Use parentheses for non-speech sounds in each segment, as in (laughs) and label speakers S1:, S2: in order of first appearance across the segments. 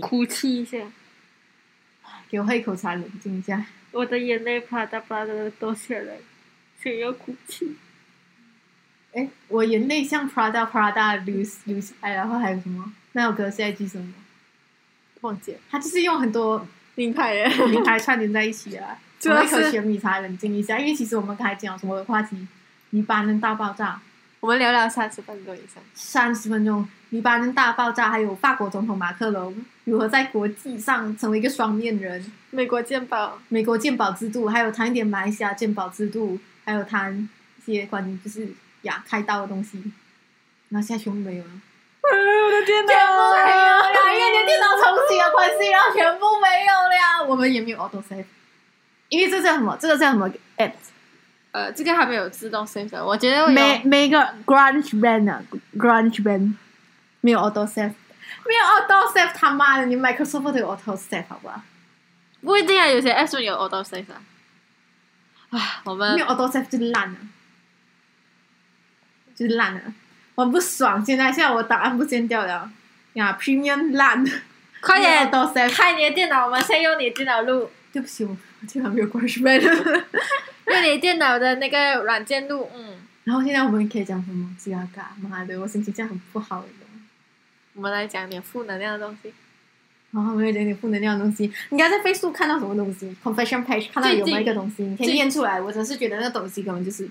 S1: 哭泣一下，
S2: 给我喝一口茶，冷静一下。
S1: 我的眼泪啪嗒啪嗒的掉下来，想要哭泣。
S2: 哎，我眼泪像 Prada Prada 流流下来，然后还有什么？那首歌下一句什么？忘记了。它就是用很多
S1: 名牌 (laughs) 耶，
S2: 名牌串联在一起的啊。
S1: (laughs) 主
S2: 我
S1: 要
S2: 喝一
S1: 是
S2: 口雪米茶，冷静一下，因为其实我们刚才讲什么话题？黎巴嫩大爆炸，
S1: 我们聊聊三十分钟以上。
S2: 三十分钟，黎巴嫩大爆炸，还有法国总统马克龙如何在国际上成为一个双面人，
S1: 美国鉴宝，
S2: 美国鉴宝制度，还有谈一点马来西亚鉴宝制度，还有谈一些关于就是呀开刀的东西。然后现在全部没有了，
S1: 哎我的电
S2: 全部没
S1: 哎
S2: 有了，因为你的电
S1: 脑，
S2: 脑重启的关系，然后全部没有了。我们也没有 auto save，因为这叫什么？这个叫什么 app？
S1: 呃，这个还没有自动生成，我觉得我有
S2: 每每个 grunge band 啊，grunge band 没有 auto save，没有 auto save，他妈的，你 Microsoft 都有 auto save 好吧？
S1: 不一定啊，有些 action 有 auto save 啊。唉，我们
S2: 没有 auto save 就是烂了，就是烂了，我很不爽。现在现在我档案不见掉了呀，Premium 烂，
S1: 快点
S2: 没有 auto save，
S1: 开你的电脑，我们先用你的电脑录，
S2: 对不起，我我竟然没有 grunge band。
S1: 用你的电脑的那个软件录，嗯，
S2: (laughs) 然后现在我们可以讲什么？鸡嘎嘎，妈的，我心情这样很不好，你知道吗？
S1: 我们来讲点负能量的东西。
S2: 然后我有一点点负能量的东西。你刚才在飞速看到什么东西？Confession page 看到有没有一个东西，你可以
S1: 最
S2: 念出来。我真是觉得那个东西根本就是，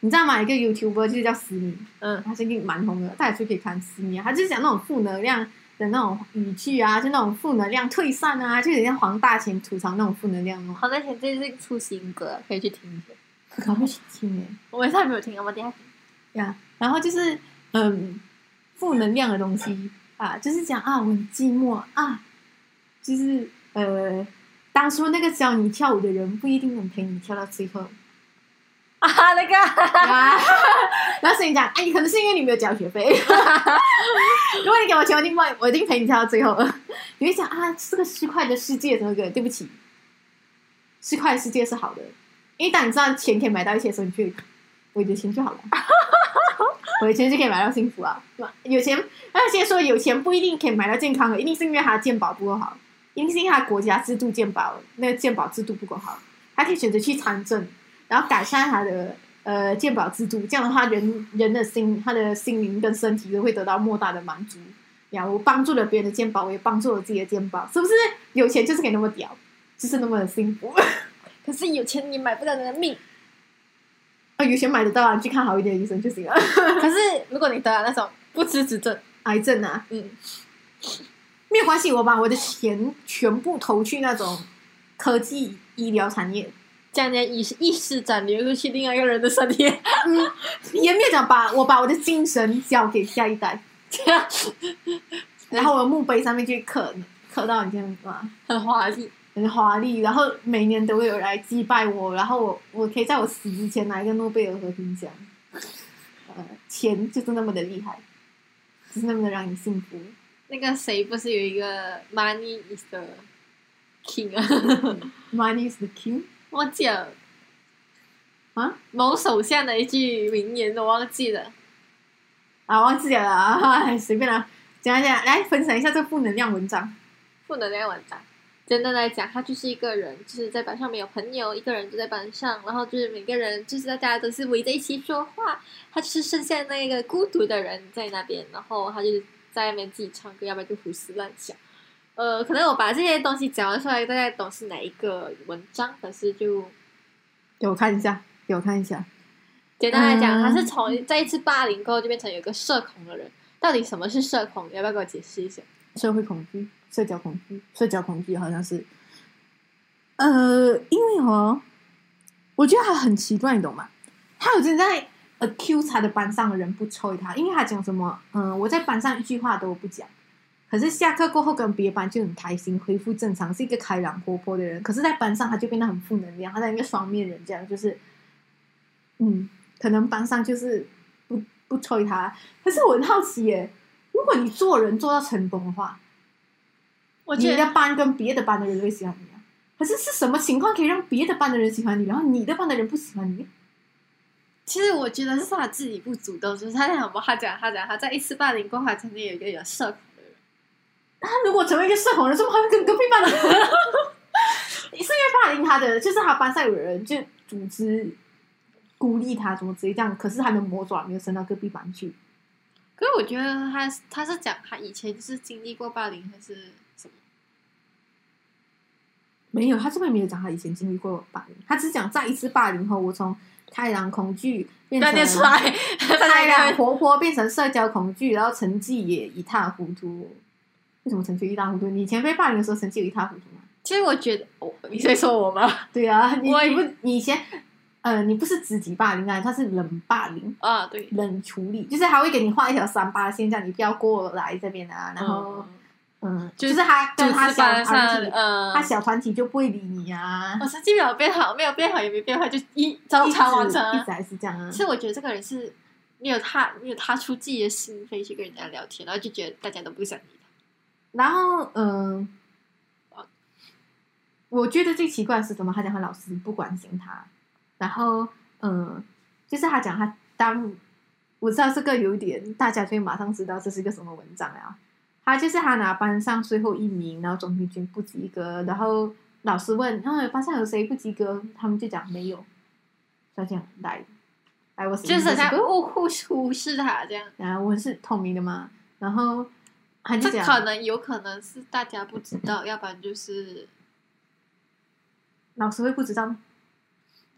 S2: 你知道吗？一个 YouTuber 就是叫思敏，
S1: 嗯，
S2: 他最近蛮红的，大家去可以看思敏啊，他就是讲那种负能量的那种语句啊，就那种负能量退散啊，就有点像黄大千吐槽那种负能量哦。
S1: 好，那前最近出新歌，可以去听一下。
S2: 我搞不起听诶。
S1: 我也是还没有听，我们等一下听。
S2: 呀然后就是嗯，负能量的东西啊，就是讲啊，我很寂寞啊，就是呃，当初那个教你跳舞的人不一定能陪你跳到最后
S1: (laughs) 啊，那个，
S2: 啊。 (laughs) 然后所以你讲，哎，可能是因为你没有交学费。 (laughs) 如果你给我钱，我一定帮你我一定陪你跳到最后。你会想啊，这个市侩的世界怎么个？对不起，市侩的世界是好的，因为当你知道钱可以买到一切的时候，你就我有钱就好了，我有钱就可以买到幸福啊，对吧？有钱，那些说有钱不一定可以买到健康的，一定是因为他的健保不够好，一定是因为他国家制度健保那个健保制度不够好，他可以选择去参政，然后改善他的。呃，健保制度这样的话，人人的心、他的心灵跟身体都会得到莫大的满足。呀，我帮助了别人的肩膀，我也帮助了自己的肩膀，是不是？有钱就是可以那么屌，就是那么的幸福。
S1: 可是有钱你买不了人的命。
S2: 啊，有钱买得到啊，你去看好一点的医生就行了。
S1: 可是如果你得了那种不治之症，
S2: 癌症啊，
S1: 嗯，
S2: 没有关系，我把我的钱全部投去那种科技医疗产业，
S1: 这样你的意识意识转流入去另外一个人的身体，
S2: 也没有讲把我把我的精神交给下一代， (laughs)
S1: 这样
S2: 然后我的墓碑上面去刻刻到你这样子嘛。
S1: 很华丽。
S2: 很华丽，然后每年都会有人来祭拜我，然后我我可以在我死之前拿一个诺贝尔和平奖。呃，钱就是那么的厉害，就是那么的让你幸福。
S1: 那个谁不是有一个 Money is the King 啊？ (laughs)
S2: Money is the king
S1: 忘记了
S2: 啊
S1: 某首相的一句名言，我忘记了。
S2: 啊，忘记了啊， (laughs) 哎随便啦，讲一讲，来分享一下这负能量文章。
S1: 负能量文章。简单来讲，他就是一个人，就是在班上没有朋友，一个人就在班上，然后就是每个人就是大家都是围在一起说话，他就是剩下那个孤独的人在那边，然后他就在那边自己唱歌，要不然就胡思乱想。呃，可能我把这些东西讲出来，大家懂是哪一个文章，可是就
S2: 给我看一下，给我看一下。
S1: 简单来讲，
S2: 嗯
S1: 他是从在一次霸凌过后就变成有一个社恐的人。到底什么是社恐？你要不要给我解释一下？
S2: 社会恐惧、社交恐惧、社交恐惧好像是，呃，因为哦，我觉得他很奇怪，你懂吗？他有正在 accuse 他的班上的人不抽他，因为他讲什么，嗯、我在班上一句话都不讲，可是下课过后跟别班就很开心，恢复正常，是一个开朗活泼的人。可是，在班上他就变得很负能量，他在一个双面人这样，就是，嗯，可能班上就是不不吹他。可是我很好奇耶，如果你做人做到成功的话，
S1: 我
S2: 你的班跟别的班的人会喜欢你啊。可是是什么情况可以让别的班的人喜欢你，然后你的班的人不喜欢你？
S1: 其实我觉得是他自己不主动，就是他在什么，他讲他讲他在一次霸凌过后，他曾经有一个有社恐的人，
S2: 他啊如果成为一个社恐人，怎么还会跟隔壁班的人？ (laughs) 你是因为霸凌他的，就是他班上有人就组织孤立他，怎么直接这样？可是他的魔爪没有伸到隔壁班去，
S1: 可是我觉得他他是讲他以前是经历过霸凌还是什么？
S2: 没有，他这边没有讲他以前经历过霸凌，他只讲在一次霸凌后，我从开朗恐惧变成
S1: 锻炼出来，
S2: 开朗
S1: 来，
S2: 活泼变成社交恐惧，然后成绩也一塌糊涂。为什么成绩一塌糊涂？你以前被霸凌的时候成绩有一塌糊涂吗？
S1: 其实我觉得，我你在说我吗？
S2: 对啊，你
S1: 我
S2: 你不你以前呃你不是职级霸凌啊，他是冷霸凌。
S1: (laughs) 啊，对， (laughs)
S2: 冷处理，就是他会给你画一条三八线，叫你不要过来这边啊。然后，
S1: 嗯
S2: 嗯，
S1: 就
S2: 就是他
S1: 组
S2: 跟他
S1: 织
S2: 小
S1: 班上
S2: 团，体，
S1: 呃，
S2: 他小团体就不会理你啊。
S1: 我成绩没有变好，没有变好也没变坏，就一照
S2: 一直
S1: 常完成
S2: 一
S1: 啊
S2: 直。还是这样啊
S1: 其。实我觉得这个人是没有踏没有踏出自己的心扉去跟人家聊天，然后就觉得大家都不想理
S2: 然后，嗯、我觉得最奇怪的是什么？他讲他老师不关心他，然后，嗯、就是他讲他当，我知道这个有点，大家就会马上知道这是一个什么文章了。他就是他拿班上最后一名，然后总平均不及格，然后老师问，嗯、班上有谁不及格？他们就讲没有，就这样来，来我
S1: 他，就是人家
S2: 不及格
S1: 忽忽忽视他这样。
S2: 然后我是透明的嘛，然后他就
S1: 这
S2: 啊讲，
S1: 可能有可能是大家不知道，要不然就是
S2: 老师会不知道吗？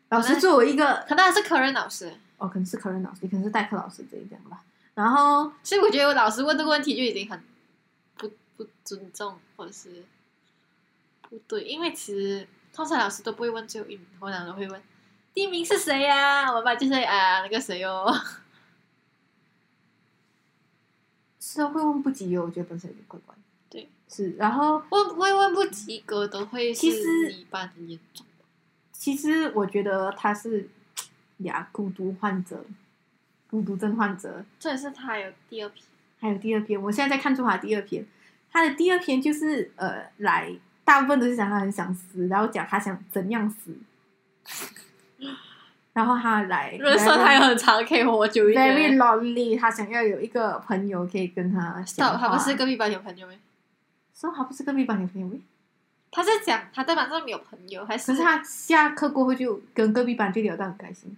S2: 老师作为一个
S1: 可能还是科任老师。
S2: 哦，可能是科任老师，可能是代课老师这一点吧。然后
S1: 所以我觉得我老师问这个问题就已经很不不尊重，或者是不对，因为其实通常老师都不会问最后一名，通常都会问第一名是谁呀、我们班就是啊那个谁哦， (laughs)
S2: 是会问不及格，我觉得本身有点怪怪。
S1: 对，
S2: 是。然后
S1: 问不会问不及格都会
S2: 其实
S1: 是你班很严重。
S2: 其实我觉得他是呀孤独患者，孤独症患者。
S1: 这也是他有第二批，
S2: 还有第二篇，我现在在看出他的第二篇，他的第二篇就是呃，来大部分都是讲他很想死，然后讲他想怎样死， (laughs) 然后他来
S1: 人生还很长，可以活久一
S2: very
S1: 点。
S2: lonely，他想要有一个朋友可以跟他讲
S1: 到他
S2: 话。
S1: 不是隔壁班有朋友没？
S2: 说他不是隔壁班的朋友，喂
S1: 他是讲他在班上没有朋友，还
S2: 可
S1: 是
S2: 是他下课过后就跟隔壁班就聊得很开心，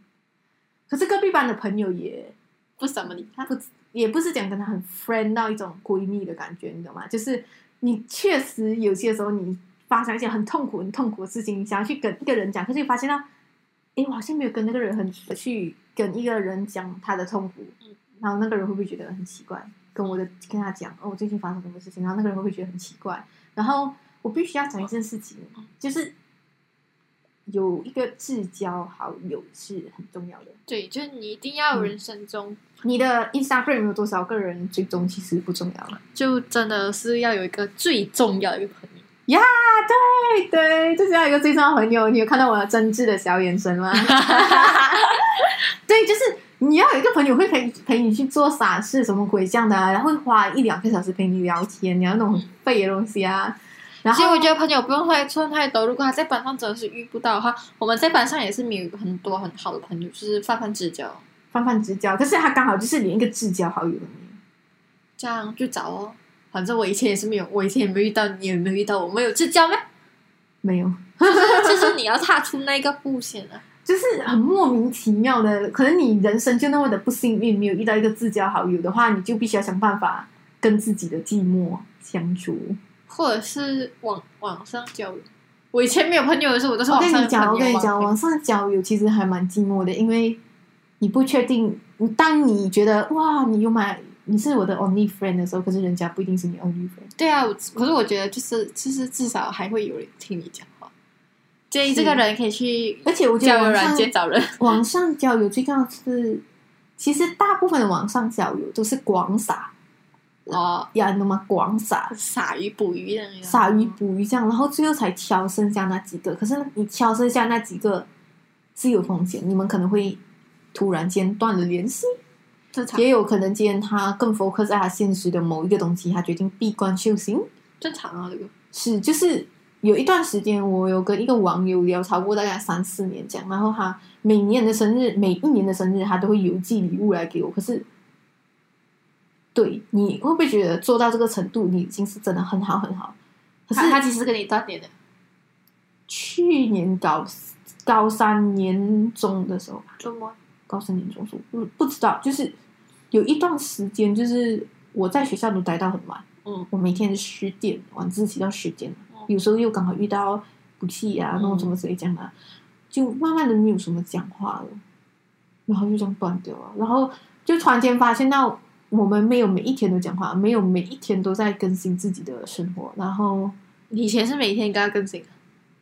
S2: 可是隔壁班的朋友也
S1: 不怎么理他？
S2: 不也不是讲跟她很 friend 到一种闺蜜的感觉，你懂吗？就是你确实有些时候你发生一些很痛苦、很痛苦的事情，你想要去跟一个人讲，可是你发现到，诶，我好像没有跟那个人很去跟一个人讲他的痛苦
S1: 嗯，
S2: 然后那个人会不会觉得很奇怪？跟我的跟他讲，哦，我最近发生什么事情，然后那个人会不会觉得很奇怪？然后我必须要讲一件事情，就是有一个至交好友是很重要的。
S1: 对，就是你一定要有人生中
S2: 你的 Instagram 有多少个人追踪其实不重要了。
S1: 就真的是要有一个最重要的一个朋友。
S2: 对对，就是要有一个追踪的朋友。你有看到我的真挚的小眼神 (laughs) 吗？对，就是你要有一个朋友会陪陪你去做傻事，什么鬼这样的、啊，然后会花一两个小时陪你聊天，聊那种很废的东西啊。然
S1: 所以
S2: 后
S1: 我觉得朋友不用太算太多。如果他在班上真的是遇不到的话，我们在班上也是没有很多很好的朋友，就是泛泛之交，
S2: 泛泛之交，可是他刚好就是连一个至交好友都没有。
S1: 这样就找哦。反正我以前也是没有，我以前也没有遇到，你也没有遇到我，们有至交吗？
S2: 没有，
S1: (laughs) 就是你要踏出那个步先啊。
S2: 就是很莫名其妙的，可能你人生就那么的不幸运，没有遇到一个至交好友的话，你就必须要想办法跟自己的寂寞相处。
S1: 或者是网网上交友。我以前没有朋友的时候，我都是
S2: 我
S1: 网
S2: 跟
S1: 上
S2: 你
S1: 的朋
S2: 讲，
S1: 友。
S2: 我跟你讲，
S1: 网
S2: 网
S1: 上
S2: 上交友其实还蛮寂寞的，因为你不确定，你当你觉得哇，你有买你是我的 only friend 的时候，可是人家不一定是你
S1: (laughs)
S2: only friend。
S1: 对啊，我可是我觉得就是就是至少还会有人听你讲话。建议这个
S2: 是
S1: 人可以去
S2: 而且我觉得
S1: 交友
S2: 网
S1: 软
S2: 上
S1: 件找人。
S2: 网上交友最重要的是，其实大部分的网上交友都是广撒
S1: 哦，
S2: 呀，你懂吗？广撒
S1: 撒鱼捕鱼的那个，
S2: 撒鱼捕鱼这样，然后最后才挑剩下那几个。可是你挑剩下那几个是有风险，你们可能会突然间断了联系，
S1: 正常
S2: 也有可能今天他更 focus 在他现实的某一个东西，他决定闭关修行。
S1: 正常啊，这个
S2: 是，就是有一段时间，我有跟一个网友聊超过大概三四年这样，然后他每年的生日，每一年的生日，他都会邮寄礼物来给我，可是对，你会不会觉得做到这个程度，你已经是真的很好很好？可是
S1: 他他其实跟你断点的，
S2: 去年高高三年中的时候吧，
S1: 周末
S2: 高三年中是不不知道，就是有一段时间，就是我在学校都待到很晚，
S1: 嗯，
S2: 我每天十点晚自习到十点，
S1: 嗯
S2: 有时候又刚好遇到补习啊，那种什么之类这样的啊，就慢慢的没有什么讲话了，然后就这样断掉了，然后就突然间发现到我们没有每一天都讲话，没有每一天都在更新自己的生活，然后
S1: 你以前是每天跟他更新的，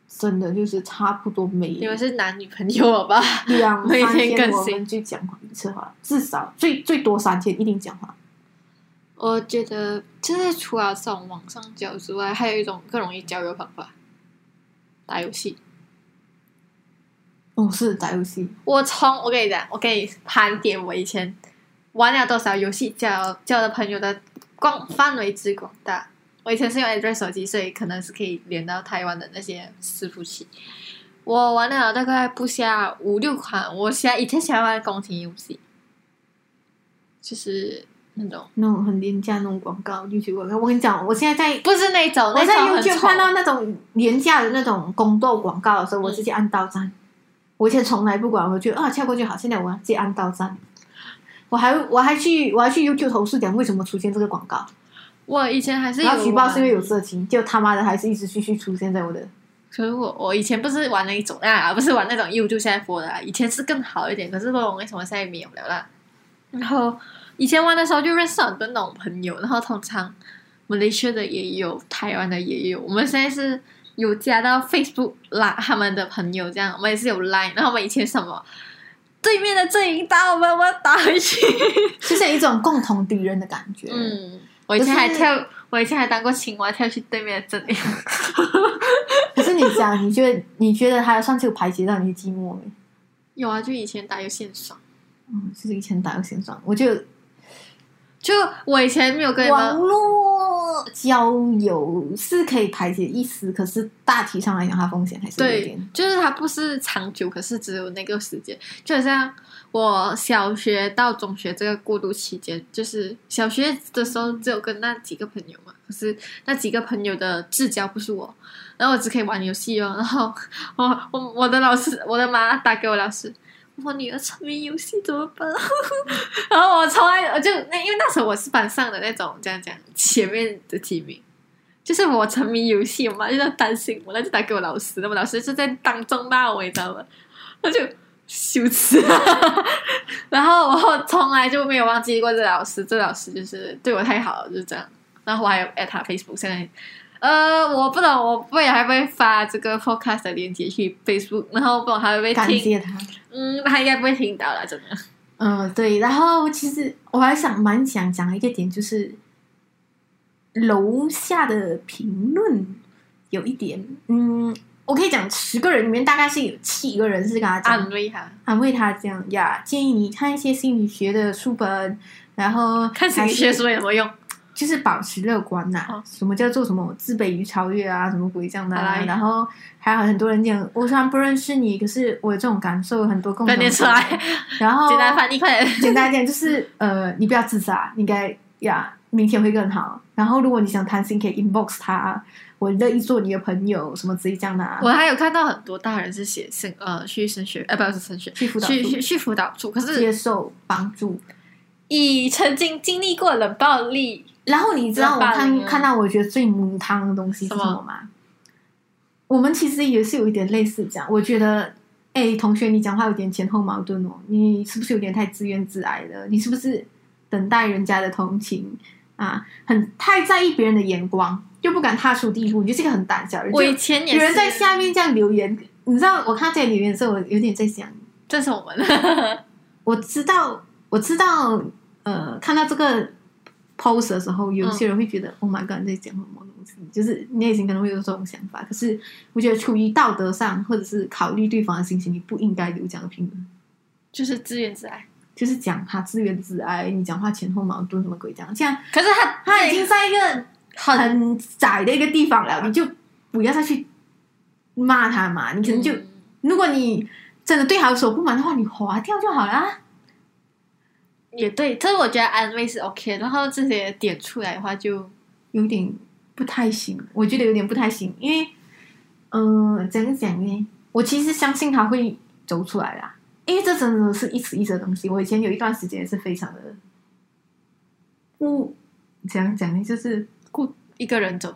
S2: 真的就是差不多每
S1: 你们是男女朋友好吧？
S2: 两
S1: 每
S2: 三
S1: 天
S2: 天
S1: 更
S2: 我
S1: 新
S2: 们就讲一次话，至少最最多三天一定讲话。
S1: 我觉得现在除了这种网上交友之外，还有一种更容易交友的方法，打游戏。
S2: 哦，是打游戏，
S1: 我从我跟你讲，我给你盘点我以前玩了多少游戏交交的朋友的广范围之广大。我以前是用 Android 手机，所以可能是可以连到台湾的那些伺服器。我玩了大概不下五六款，我现在以前喜欢玩宫廷游戏，就是那种
S2: 那种很廉价那种广告，YouTube 广告。我跟你讲，我现在在
S1: 不是那种，
S2: 我在
S1: 那种很
S2: YouTube
S1: 丑
S2: 看到那种廉价的那种宫斗广告的时候，我直接按到赞。我以前从来不管，我觉得啊跳过就好。现在我要直接按到赞。我还我还去我还去 YouTube 投诉讲为什么出现这个广告，
S1: 我以前还是有
S2: 然后举报是因为
S1: 玩
S2: 有色情，就他妈的还是一直继续出现在我的。
S1: 可是我我以前不是玩那一种啊，不是玩那种 YouTube 现在播的啊，以前是更好一点，可是不懂为什么现在没有了啦。然后以前玩的时候就认识很多那种朋友，然后通常马来西亚的也有，台湾的也有，我们现在是有加到 Facebook 拉他们的朋友，这样我们也是有 Line，然后我们以前什么对面的阵营打我们，我要打回去。
S2: 就是有一种共同敌人的感觉。，
S1: 嗯，我以前还跳，我以前还当过青蛙跳去对面的阵营。
S2: 可是你讲，你觉得你觉得它算是有排解到你的寂寞没？
S1: (laughs) 有啊，就以前打游戏很爽。
S2: 嗯，就是以前打游戏很爽，我就
S1: 就我以前没有跟你
S2: 网
S1: 们，
S2: 络交友是可以排解一丝，可是大体上来讲，它风险还是有一
S1: 对
S2: 点。，
S1: 就是它不是长久，可是只有那个时间。就好像我小学到中学这个过渡期间，就是小学的时候只有跟那几个朋友嘛，可是那几个朋友的至交不是我，然后我只可以玩游戏哦。然后我我我的老师，我的妈打给我老师。我女儿沉迷游戏怎么办？ (laughs) 然后我从来我呃就那因为那时候我是班上的那种这样讲前面的几名，就是我沉迷游戏，我妈就在担心我，她就打给我老师，我老师就在当众骂我，你知道吗？我就羞耻， (laughs) 然后我从来就没有忘记过这老师，这老师就是对我太好了，就是这样。然后我还有 at 他 Facebook，现在呃我不懂，我未来会不会发这个 podcast 的链接去 Facebook，然后不懂他会不会
S2: 感
S1: 听，
S2: 谢他。
S1: 嗯，他应该不会听到了，真的。
S2: 嗯，对。然后其实我还想蛮想讲一个点，就是楼下的评论有一点，嗯，我可以讲十个人里面大概是有七个人是跟他讲
S1: 安慰他，
S2: 安慰他这样呀，建议你看一些心理学的书本，然后
S1: (laughs) 看心理学
S2: 还是
S1: 书有什 (laughs) 么用？
S2: 就是保持乐观呐、
S1: 哦
S2: 什么叫做什么自卑与超越啊，什么鬼这样的、
S1: 好
S2: 啊
S1: 啦。
S2: 然后还有很多人讲，我虽然不认识你，可是我有这种感受，有很多共
S1: 快
S2: 同
S1: 点出来，
S2: 然后
S1: 简单翻译，快点。
S2: 简单一点就是呃，你不要自杀，你应该呀，明天会更好。然后如果你想谈心，可以 inbox 他，我乐意做你的朋友，什么之类这样的、啊。
S1: (laughs) 我还有看到很多大人是写信，呃，去升学，呃，不是升学，
S2: 去辅导
S1: 去
S2: 处
S1: 去去辅导处。可
S2: 接
S1: 是
S2: 受帮助，
S1: 以曾经经历过冷暴力，
S2: 然后你知道我
S1: 霸凌
S2: 看
S1: 啊
S2: 看到我觉得最母汤的东西是
S1: 什么
S2: 什么吗？我们其实也是有一点类似这样，我觉得，哎，同学，你讲话有点前后矛盾哦，你是不是有点太自怨自艾了？你是不是等待人家的同情啊？很太在意别人的眼光，又不敢踏出第一步，你就是一个很胆小的人。
S1: 我以
S2: 就
S1: 前也
S2: 有人
S1: 是，
S2: 在下面这样留言，你知道，我看到这些留言的时候，我有点在想，
S1: 这是我们
S2: 我知道，我知道，呃，看到这个 post 的时候，有些人会觉得、o h my god，你在讲什么东西？就是内心可能会有这种想法。可是我觉得，出于道德上，或者是考虑对方的心情，你不应该有这样的评论，
S1: (laughs) 就是自怨自艾。
S2: 就是讲他自怨自艾，你讲话前后矛盾，什么鬼这样？这样
S1: 可是他
S2: 他已经在一个
S1: 很
S2: 很窄的一个地方了，你就不要再去骂他嘛。你可能就，
S1: 嗯
S2: 如果你真的对他有所不满的话，你划掉就好啦。
S1: 也对，但是我觉得安慰是 OK，然后这些点出来的话就
S2: 有点不太行，我觉得有点不太行，因为，嗯、呃，怎样讲呢？我其实相信他会走出来啦，因为这真的是一时一时的东西。我以前有一段时间也是非常的不怎样讲呢，就是
S1: 顾一个人走。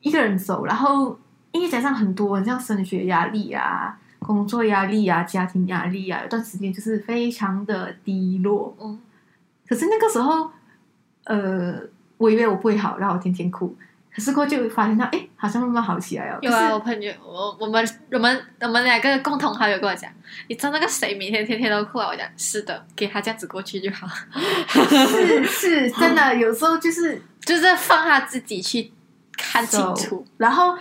S2: 一个人走，然后因为加上很多像升学压力啊、工作压力啊、家庭压力啊，有段时间就是非常的低落。
S1: 嗯，
S2: 可是那个时候，呃，我以为我不会好，然后我天天哭。可是过后就发现到，哎，好像慢慢好起来了。
S1: 有
S2: 可
S1: 啊，
S2: 是
S1: 我朋友，我我们我们我们两个共同好友跟我讲，你知道那个谁每天天天都哭啊？我讲是的，给他这样子过去就好，
S2: 是是
S1: (laughs)
S2: 真的，有时候就是
S1: 就是放他自己去看清楚，
S2: 然后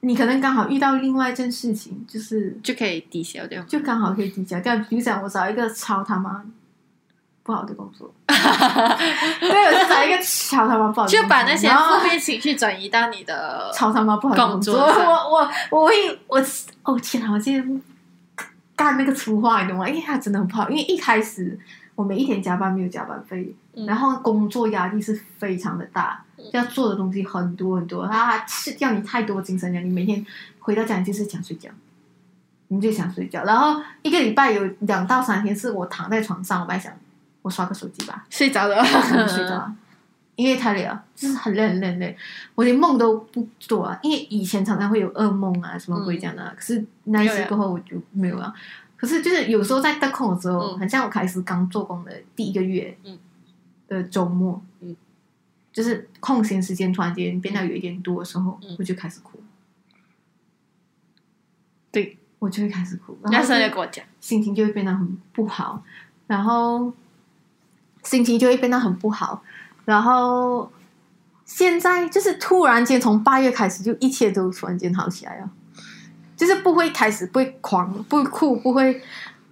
S2: 你可能刚好遇到另外一件事情，就是
S1: 就可以抵消掉。
S2: 就刚好可以抵消掉。比如讲，我找一个超他妈不好的
S1: (laughs)
S2: 工作，对，我就找一个超他妈不好的工作，
S1: 就把那些
S2: 然后
S1: 负面情绪转移到你的，
S2: 超他妈不好的工
S1: 工作上
S2: (laughs) 我我我会我哦天啊，我今天干那个粗话，你懂吗？因为他真的很不好，因为一开始我每一天加班没有加班费，
S1: 嗯
S2: 然后工作压力是非常的大，要做的东西很多很多，他吃掉你太多精神了。你每天回到家你就是想睡觉，你就想睡觉。然后一个礼拜有两到三天是我躺在床上，我在想我刷个手机吧，
S1: 睡着 (laughs) 了，
S2: 我睡着
S1: 嗯
S2: 了，因为太累了，就是很累很累很累，我连梦都不做啊。因为以前常常会有噩梦啊，什么鬼这样
S1: 嗯
S2: 的啊、可是那一次过后我就没有了。可是就是有时候在得空的时候，
S1: 嗯
S2: 很像我开始刚做工的第一个月，
S1: 嗯
S2: 的周末，
S1: 嗯
S2: 就是空闲时间突然间变到有一点多的时候，
S1: 嗯
S2: 我就开始哭，
S1: 对，
S2: 我就会开始哭，然
S1: 那
S2: 后
S1: 时候
S2: 就
S1: 就跟我讲，
S2: 心情就会变得很不好，然后心情就会变得很不好，然后现在就是突然间从八月开始，就一切都突然间好起来了，就是不会开始不会狂不会哭不会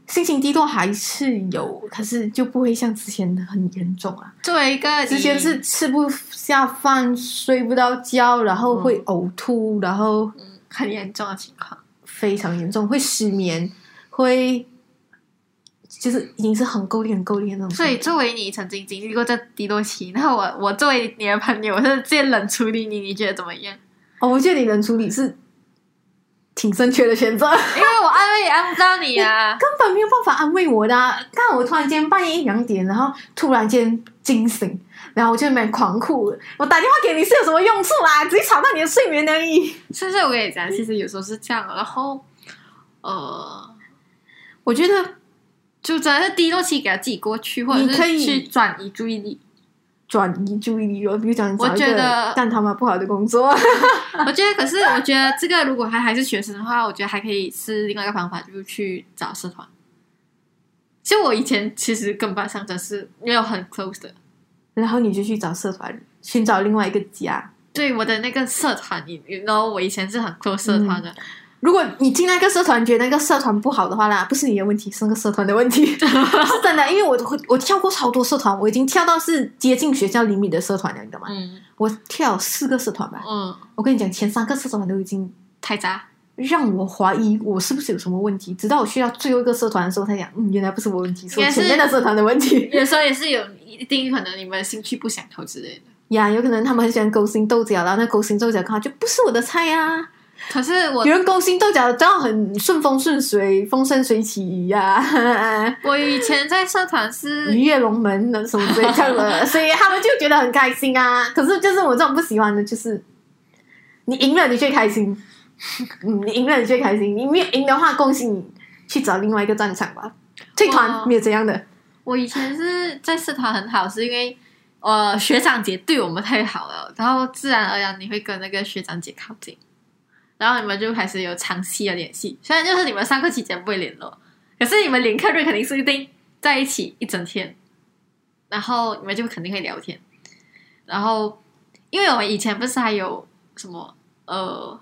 S2: 心情低落还是有，可是就不会像之前的很严重啊。
S1: 作为一个
S2: 之前是吃不下饭、睡不到觉，然后会呕吐，然后
S1: 嗯很严重的情况，
S2: 非常严重，会失眠，会就是已经是很够力、很够力的那种。
S1: 所以，作为你曾经经历过这低落期，然后我我作为你的朋友，我是直接冷处理你，你觉得怎么样？
S2: 哦，我觉得你能处理是挺正确的选择， (laughs)
S1: 因为我安慰也安不到你啊，
S2: 根本没有办法安慰我的、啊。但我突然间半夜一两点，然后突然间惊醒，然后我就在那边狂哭。我打电话给你是有什么用处啦？只是吵到你的睡眠而已。
S1: 是不是？我跟你讲，其实有时候是这样的，然后呃，
S2: 我觉得
S1: 就真的是低落期给他自己过去，或者
S2: 你可
S1: 是
S2: 以
S1: 去转移注意力。
S2: 转移注意力了，比如讲
S1: 我
S2: 找一
S1: 觉
S2: 个
S1: 得
S2: 但他妈不好的工作。 (laughs)
S1: 我觉得，可是我觉得这个如果还还是学生的话，我觉得还可以是另外一个方法，就是去找社团。其实我以前其实跟班上真是没有很 close 的，
S2: 然后你就去找社团，寻找另外一个家。
S1: 对我的那个社团，你你知道我以前是很 close 社团的，
S2: 如果你进那个社团，觉得那个社团不好的话啦，不是你的问题，是那个社团的
S1: (laughs)
S2: 问题，是真的。因为我我我跳过超多社团，我已经跳到是接近学校里面的社团了，你懂吗？
S1: 嗯
S2: 我跳四个社团吧，
S1: 嗯，
S2: 我跟你讲，前三个社团都已经
S1: 太渣，
S2: 让我怀疑我是不是有什么问题，直到我去到最后一个社团的时候，才讲，嗯，原来不是我问题，是
S1: 应
S2: 我
S1: 该是
S2: 前面的社团的
S1: (laughs)
S2: 问题。
S1: 有时候也是有一定可能你们兴趣不相投之类的。
S2: 呀，有可能他们很喜欢勾心斗角，然啊后那勾心斗角刚好就不是我的菜呀、啊。
S1: 可是我
S2: 有人勾心斗角，这样很顺风顺水、风生水起呀、
S1: (laughs) 我以前在社团是
S2: 鱼跃龙门的什么之类这
S1: (laughs)
S2: 的，所以他们就觉得很开心啊。可是就是我这种不喜欢的，就是你赢了你最开心，嗯，你赢了你最开心，你没有赢的话，恭喜你去找另外一个战场吧。退
S1: 哇
S2: 团没有这样的，
S1: 我以前是在社团很好，是因为呃学长姐对我们太好了，然后自然而然你会跟那个学长姐靠近，然后你们就开始有长期的联系。虽然就是你们上课期间不会联络，可是你们联课日肯定是一定在一起一整天，然后你们就肯定会聊天。然后因为我们以前不是还有什么呃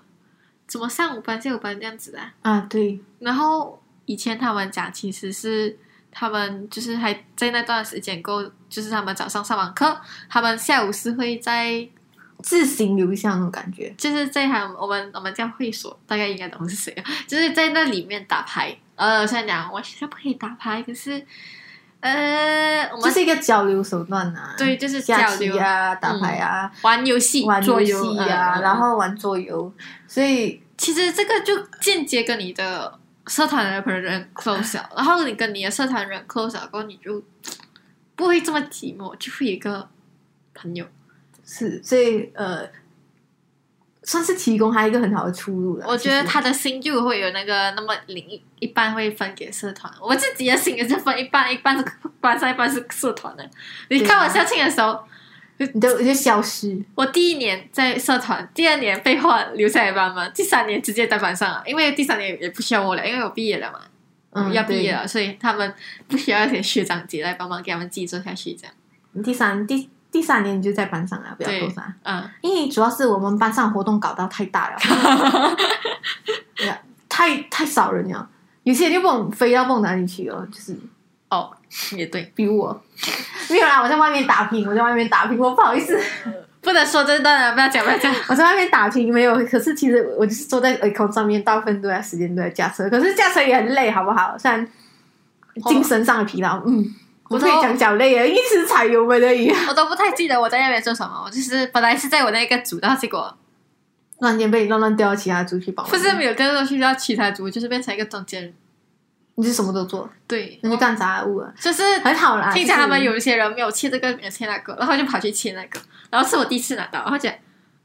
S1: 什么上午班下午班这样子啊，
S2: 啊，对，
S1: 然后以前他们讲，其实是他们就是还在那段时间够，就是他们早上上完课，他们下午是会在
S2: 自行留下那种感觉。
S1: 就是在他们我们我们叫会所，大概应该懂是谁，就是在那里面打牌。呃，虽然讲我现在不可以打牌，可是呃，我
S2: 这
S1: 们
S2: 是一个交流手段啊。
S1: 对，就是
S2: 下
S1: 交
S2: 棋
S1: 流、
S2: 啊，打牌啊，
S1: 玩游戏、
S2: 玩
S1: 桌
S2: 游
S1: 游
S2: 戏
S1: 嗯
S2: 啊，
S1: 嗯
S2: 然后玩桌游，所以
S1: 其实这个就间接跟你的社团的人 close 了，然后你跟你的社团人 close 了过后，你就不会这么寂寞，就会有一个朋友。
S2: 是所以呃，算是提供他一个很好的出路了。
S1: 我觉得
S2: 其实
S1: 他的心就会有那个，那么零一一半会分给社团，我自己的心也是分一半，一半是班上，一半是社团的。你
S2: 对啊
S1: 看我校庆的时候，
S2: 你都你就消失，
S1: 我第一年在社团，第二年被换留下来帮忙，第三年直接在班上了，因为第三年也不需要我了，因为我毕业了嘛，
S2: 嗯，
S1: 要毕业
S2: 对。
S1: 了，所以他们不需要一些学长姐来帮忙给他们记做下去，这样，
S2: 你第三第第三年你就在班上了，不要
S1: 对
S2: 多啥，
S1: 嗯，
S2: 因为主要是我们班上活动搞到太大了，
S1: (laughs)
S2: 对啊太太少人了，有些人就不懂飞到不懂哪里去了，就是
S1: 哦，也对，
S2: 比如我，没有啦，我在外面打拼，我在外面打拼，我不好意思。
S1: 不能说这段了，不要讲，不要
S2: (laughs)
S1: 讲，
S2: 我在外面打拼没有，可是其实我就是坐在 aircon 上面，大部分都在时间都在驾车，可是驾车也很累，好不好？虽然精神上的疲劳，嗯，
S1: 我
S2: 我
S1: 都
S2: 可以讲脚累啊，一直踩油门而已，
S1: 我都不太记得我在那边做什么，我就是本来是在我那个组，然后结果
S2: 突然间被你乱乱调到其他组去帮忙，
S1: 不是没有跟着去到其他组，就是变成一个中间人，
S2: 你是什么都做，
S1: 对，哦
S2: 你就干杂物啊，
S1: 就是
S2: 很好啦。
S1: 哦听
S2: 就
S1: 见
S2: 是
S1: 他们有一些人没有切这个，没有切那个，然后就跑去切那个，然后是我第一次拿到，然后觉得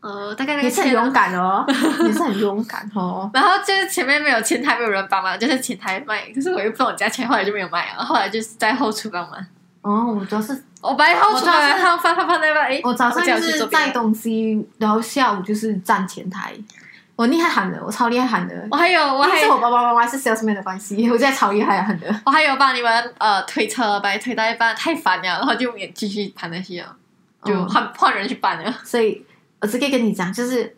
S1: 呃大概那
S2: 也
S1: 个
S2: 是很
S1: 切了
S2: 勇
S1: (laughs)
S2: 敢哦，也是很勇敢哦。
S1: 然后就是前面没有前台没有人帮忙，就是前台卖，可是我又不懂加钱，后来就没有卖了，后来就是在后厨帮忙。
S2: 哦，我主要是
S1: 我本来后厨帮
S2: 我
S1: 忙
S2: 知道是
S1: 放放放放那边，哎，
S2: 我早上
S1: 叫
S2: 就
S1: 去
S2: 是
S1: 做别的
S2: 带东西，然后下午就是站前台，我厉害喊的，我超厉害喊的。
S1: 我还有我
S2: 因为
S1: 还
S2: 是我
S1: 有
S2: 爸爸妈妈是 salesman 的关系，我在超厉害喊的。
S1: 我还有帮你们呃推车，把你推到一半太烦了，然后就也继续盘那些了，就
S2: 嗯
S1: 换、换人去搬了。
S2: 所以我只可以跟你讲，就是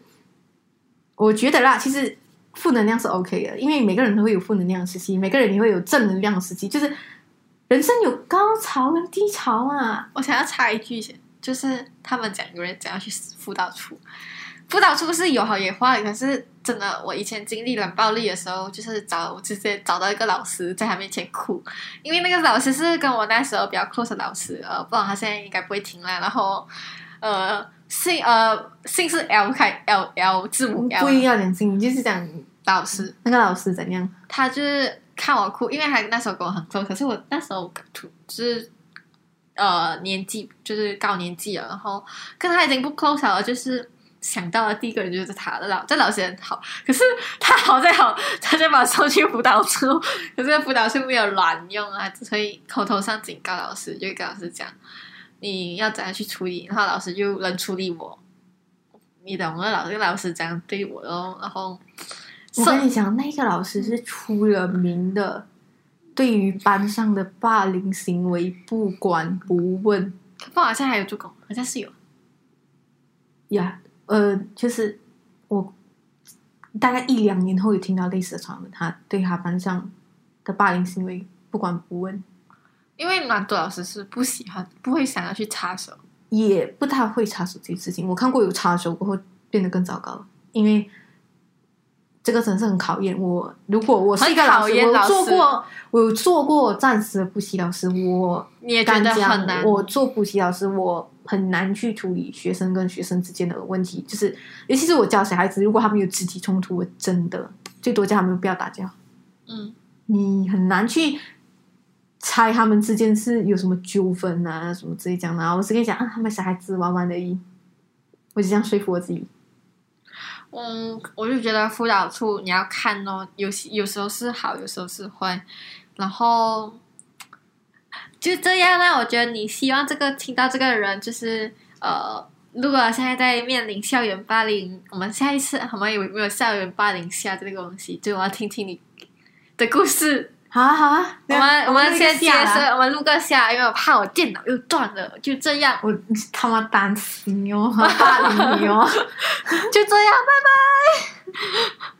S2: 我觉得啦，其实负能量是 OK 的，因为每个人都会有负能量的时期，每个人也会有正能量的时期，就是人生有高潮跟低潮啊。
S1: 我想要插一句先，就是他们讲有人讲要去辅导处，辅导处是有好有坏，可是真的，我以前经历冷暴力的时候，就是找我直接找到一个老师在他面前哭，因为那个老师是跟我那时候比较 close 的老师，呃，不然他现在应该不会停了。然后，呃，姓呃姓是 L 开 L L 字母
S2: 不一
S1: L
S2: 要点心，你就是讲
S1: 老师，
S2: 那个老师怎样，
S1: 他就是看我哭，因为他那时候跟我很 close，可是我那时候就是呃年纪就是高年纪了，然后跟他已经不 close 了，就是想到的第一个人就是他的老，这老师很好，可是他好在好，他就把我送去辅导处，可是辅导处没有卵用啊，只会口头上警告老师，就会跟老师讲你要怎样去处理，然后老师就冷处理我。你懂了，老师老师这样对我咯，然后 (laughs)
S2: 我
S1: 送
S2: 跟你讲，那个老师是出了名的，对于班上的霸凌行为不管不问
S1: 不过好像还有助攻，好像是有。
S2: 呀。呃，就是我大概一两年后有听到类似的传闻，他对他班上的霸凌行为不管不问，
S1: 因为蛮多老师是不喜欢，不会想要去插手。
S2: 也不太会插手这些事情。我看过有插手过后变得更糟糕，因为这个真是很考验我。如果我是一个老
S1: 很考
S2: 师，
S1: 验
S2: 我
S1: 老
S2: 有
S1: 师
S2: 做过，我有做过暂时的补习老师，我
S1: 你也觉
S2: 敢
S1: 得
S2: 讲
S1: 很难，
S2: 我做补习老师，我很难去处理学生跟学生之间的问题，就是尤其是我教小孩子，如果他们有肢体冲突，我真的最多叫他们不要打架。
S1: 嗯，
S2: 你很难去猜他们之间是有什么纠纷啊，什么之类这样的啊。我只跟你讲啊，他们小孩子玩玩而已，我就这样说服我自己。
S1: 嗯，我就觉得辅导处你要看哦，有时有时候是好，有时候是坏，然后就这样啦。我觉得你希望这个听到这个人就是呃，如果现在在面临校园霸凌，我们下一次好吗？有没有校园霸凌下这个东西？就我要听听你的故事。
S2: 好啊好啊，
S1: 我们我们先接
S2: 接
S1: 着，我们录个下，因为我怕我电脑又断了，就这样，
S2: 我你他妈
S1: (laughs)
S2: 担心哦，我怕霸凌你哦。
S1: 就这样，拜拜。